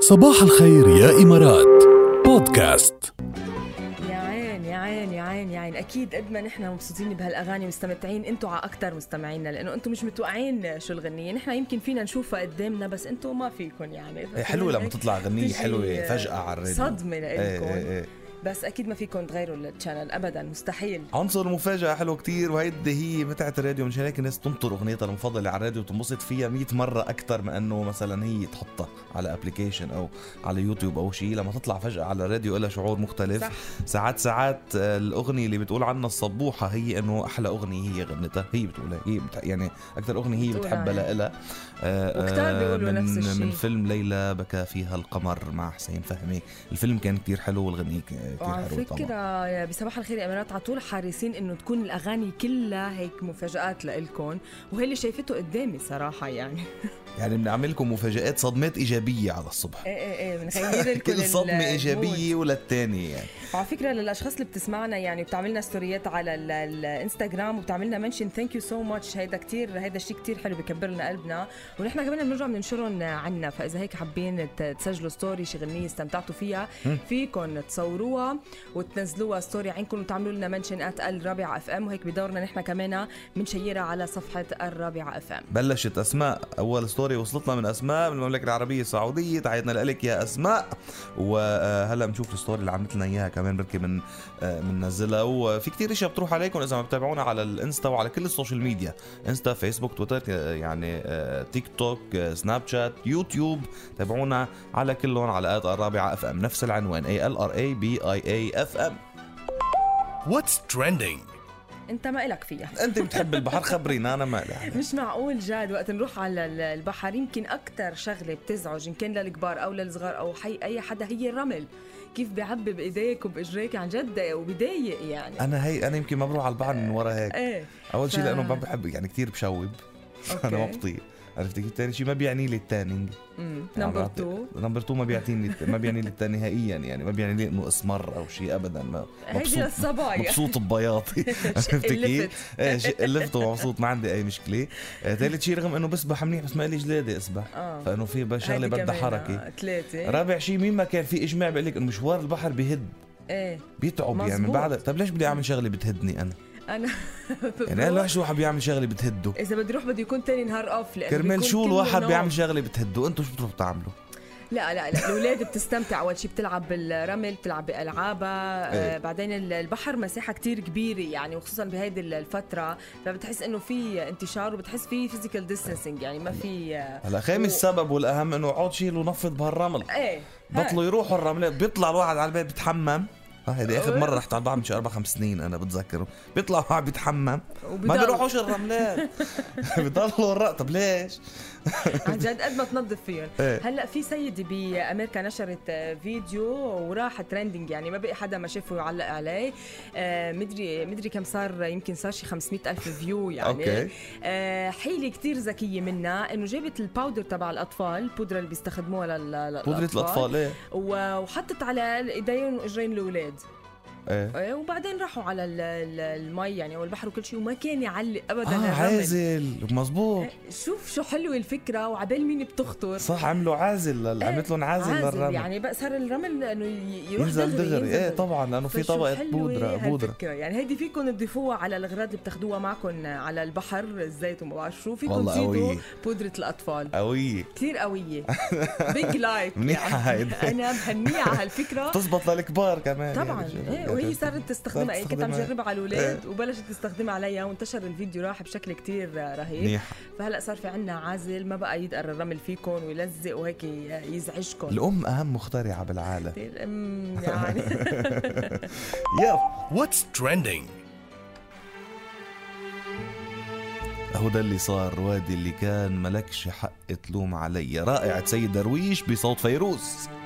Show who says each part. Speaker 1: صباح الخير يا إمارات بودكاست
Speaker 2: يا عين يا عين يا عين يا عين اكيد قد ما نحن مبسوطين بهالاغاني ومستمتعين انتم على اكثر مستمعينا لانه انتم مش متوقعين شو الغنيه نحن يمكن فينا نشوفها قدامنا بس انتم ما فيكم يعني
Speaker 3: إيه حلوه لما تطلع غنيه
Speaker 2: تجي
Speaker 3: حلوه فجاه على الراديو
Speaker 2: صدمه
Speaker 3: إيه
Speaker 2: لإلكم
Speaker 3: إيه إيه.
Speaker 2: بس اكيد ما فيكم تغيروا التشانل ابدا مستحيل
Speaker 3: عنصر مفاجأة حلو كتير وهيدي هي متعة الراديو مشان هيك الناس تنطر اغنيتها المفضلة على الراديو وتنبسط فيها 100 مرة أكثر من إنه مثلا هي تحطها على ابلكيشن أو على يوتيوب أو شيء لما تطلع فجأة على الراديو لها شعور مختلف
Speaker 2: صح.
Speaker 3: ساعات ساعات آه، الأغنية اللي بتقول عنها الصبوحة هي إنه أحلى أغنية هي غنتها هي بتقولها هي بت... يعني أكثر أغنية هي
Speaker 2: بتقولها
Speaker 3: بتحبها
Speaker 2: يعني.
Speaker 3: لإلها آه،
Speaker 2: وكتار
Speaker 3: آه،
Speaker 2: بيقولوا
Speaker 3: من
Speaker 2: نفس الشيء.
Speaker 3: من فيلم ليلى بكى فيها القمر مع حسين فهمي الفيلم كان كتير حلو والغنية كتير
Speaker 2: وعلى
Speaker 3: حلوة طبعاً.
Speaker 2: فكرة يا بصباح الخير يا امارات على طول حريصين انه تكون الاغاني كلها هيك مفاجآت لإلكم وهي اللي شايفته قدامي صراحة يعني
Speaker 3: يعني بنعملكم مفاجآت صدمات إيجابية على الصبح
Speaker 2: ايه ايه ايه بنغير لكم
Speaker 3: كل صدمة
Speaker 2: المود.
Speaker 3: إيجابية ولا الثانية يعني
Speaker 2: وعلى فكره للاشخاص اللي بتسمعنا يعني بتعملنا ستوريات على ال- ال- الانستغرام وبتعملنا منشن ثانك يو سو ماتش هيدا كتير هيدا الشيء كتير حلو بكبر لنا قلبنا ونحن كمان بنرجع بننشرهم عنا فاذا هيك حابين ت- تسجلوا ستوري شي غنيه استمتعتوا فيها فيكم تصوروها وتنزلوها ستوري عندكم وتعملوا لنا منشن ات الرابعه اف ام وهيك بدورنا نحن كمان بنشيرها على صفحه الرابعه اف ام
Speaker 3: بلشت أسماء أول ستوري وصلتنا من أسماء من المملكة العربية السعودية تحياتنا لك يا أسماء وهلا بنشوف الستوري اللي عملت لنا إياها كمان بركي من بننزلها وفي كتير أشياء بتروح عليكم إذا ما بتابعونا على الإنستا وعلى كل السوشيال ميديا إنستا فيسبوك تويتر آه، يعني آه، تيك توك آه، سناب شات يوتيوب تابعونا على كلهم على آت الرابعة اف ام نفس العنوان اي ال ار اي بي اي اي اف ام
Speaker 1: What's trending
Speaker 2: انت ما إلك فيها
Speaker 3: انت بتحب البحر خبرينا انا ما يعني. لي
Speaker 2: مش معقول جاد وقت نروح على ال- البحر يمكن اكثر شغله بتزعج ان كان للكبار او للصغار او حي اي حدا هي الرمل كيف بيعبي بايديك وباجريك عن جد وبضايق يعني
Speaker 3: انا هي انا يمكن ما بروح على البحر من ورا هيك
Speaker 2: ايه
Speaker 3: اول شيء
Speaker 2: ف-
Speaker 3: لانه ما بحب يعني كثير بشوب انا ما
Speaker 2: أوكي.
Speaker 3: بطيق عرفت كيف ثاني شيء ما بيعني لي يعني التانينج
Speaker 2: نمبر 2
Speaker 3: نمبر 2 ما بيعطيني ما بيعني لي التاني نهائيا يعني ما بيعني لي انه اسمر او شيء ابدا ما
Speaker 2: هيدي يعني.
Speaker 3: مبسوط
Speaker 2: للصبايا
Speaker 3: مبسوط ببياضي عرفت كيف؟ ايه شيء قلفت ومبسوط ما عندي اي مشكله آه، ثالث شيء رغم انه بسبح منيح بس ما لي جلاده اسبح
Speaker 2: اه
Speaker 3: فانه في بقى شغله بدها
Speaker 2: آه،
Speaker 3: حركه
Speaker 2: ثلاثة
Speaker 3: رابع شيء مين ما كان في اجماع بقول لك انه مشوار البحر بيهد
Speaker 2: ايه
Speaker 3: بيتعب يعني من
Speaker 2: مزبوط.
Speaker 3: بعد طب ليش بدي اعمل شغله بتهدني انا
Speaker 2: انا
Speaker 3: يعني انا ليش واحد بيعمل شغله بتهده
Speaker 2: اذا بدي اروح بده يكون تاني نهار اوف لأنه
Speaker 3: كرمال
Speaker 2: بيكون
Speaker 3: شو
Speaker 2: كله
Speaker 3: الواحد
Speaker 2: نوم.
Speaker 3: بيعمل شغله بتهده انتم شو بتروحوا بتعملوا
Speaker 2: لا لا لا الاولاد بتستمتع اول شيء بتلعب بالرمل بتلعب بالعابها
Speaker 3: إيه.
Speaker 2: آه، بعدين ال- البحر مساحه كتير كبيره يعني وخصوصا بهيدي ال- الفتره فبتحس انه في انتشار وبتحس في فيزيكال ديستانسينج يعني ما في آه،
Speaker 3: هلا خامس
Speaker 2: و-
Speaker 3: سبب والاهم انه عود شيل ونفض بهالرمل
Speaker 2: ايه هاي.
Speaker 3: بطلوا يروحوا الرملات بيطلع الواحد على البيت بيتحمم آه، هيدي
Speaker 2: اه.
Speaker 3: اخر مره رحت على البحر من شي اربع خمس سنين انا بتذكر بيطلع واحد بيتحمم ما
Speaker 2: وبضل-
Speaker 3: بيروحوش الرملات بيضلوا الرق طب ليش؟
Speaker 2: عن جد قد ما تنظف فيهم
Speaker 3: إيه.
Speaker 2: هلا في سيده بامريكا نشرت آه، فيديو وراح ترندنج يعني ما بقي حدا ما شافه يعلق عليه آه، مدري مدري كم صار يمكن صار شي 500 الف فيو يعني
Speaker 3: أوكي.
Speaker 2: آه، حيله كتير ذكيه منها انه جابت الباودر تبع الاطفال البودره اللي بيستخدموها لل- للاطفال
Speaker 3: بودرة الاطفال ايه
Speaker 2: و- وحطت على ايديهم واجرين الاولاد
Speaker 3: ايه
Speaker 2: آه، وبعدين راحوا على ال- ال- المي يعني والبحر وكل شيء وما كان يعلق ابدا
Speaker 3: اه
Speaker 2: الرمل. إيه،
Speaker 3: عازل مزبوط
Speaker 2: شوف شو حلوه الفكره وعبال مين بتخطر
Speaker 3: صح عملوا عازل لل- عملت لهم عازل للرمل
Speaker 2: يعني بقى صار الرمل انه ي- يروح
Speaker 3: ينزل دغري ايه
Speaker 2: ينزل
Speaker 3: طبعا لانه في
Speaker 2: فشو
Speaker 3: طبقه
Speaker 2: حلوة
Speaker 3: بودره بودره
Speaker 2: هالفكرة. يعني هيدي فيكم تضيفوها على الغراض اللي بتاخدوها معكم على البحر الزيت وما بعرف شو فيكم
Speaker 3: والله
Speaker 2: تزيدوا
Speaker 3: قوية.
Speaker 2: بودره الاطفال
Speaker 3: قوية
Speaker 2: كثير قوية بيج لايك
Speaker 3: منيحة هيدا.
Speaker 2: انا مهنية على هالفكرة
Speaker 3: بتزبط للكبار كمان
Speaker 2: طبعا
Speaker 3: يعني.
Speaker 2: ايه وهي صارت تستخدمها يعني كنت عم
Speaker 3: تستخدمها. إيه.
Speaker 2: جربها على الاولاد وبلشت تستخدمها عليها وانتشر الفيديو راح بشكل كتير رهيب
Speaker 3: منيحة
Speaker 2: فهلا صار في عنا عازل ما بقى يدقر الرمل فيكم ويلزق وهيك يزعجكم
Speaker 3: الام اهم مخترعه بالعالم
Speaker 2: كتير أم، يعني
Speaker 3: يلا
Speaker 1: What's trending
Speaker 3: هو ده اللي صار وادي اللي كان ملكش حق تلوم علي رائعة سيد درويش بصوت فيروز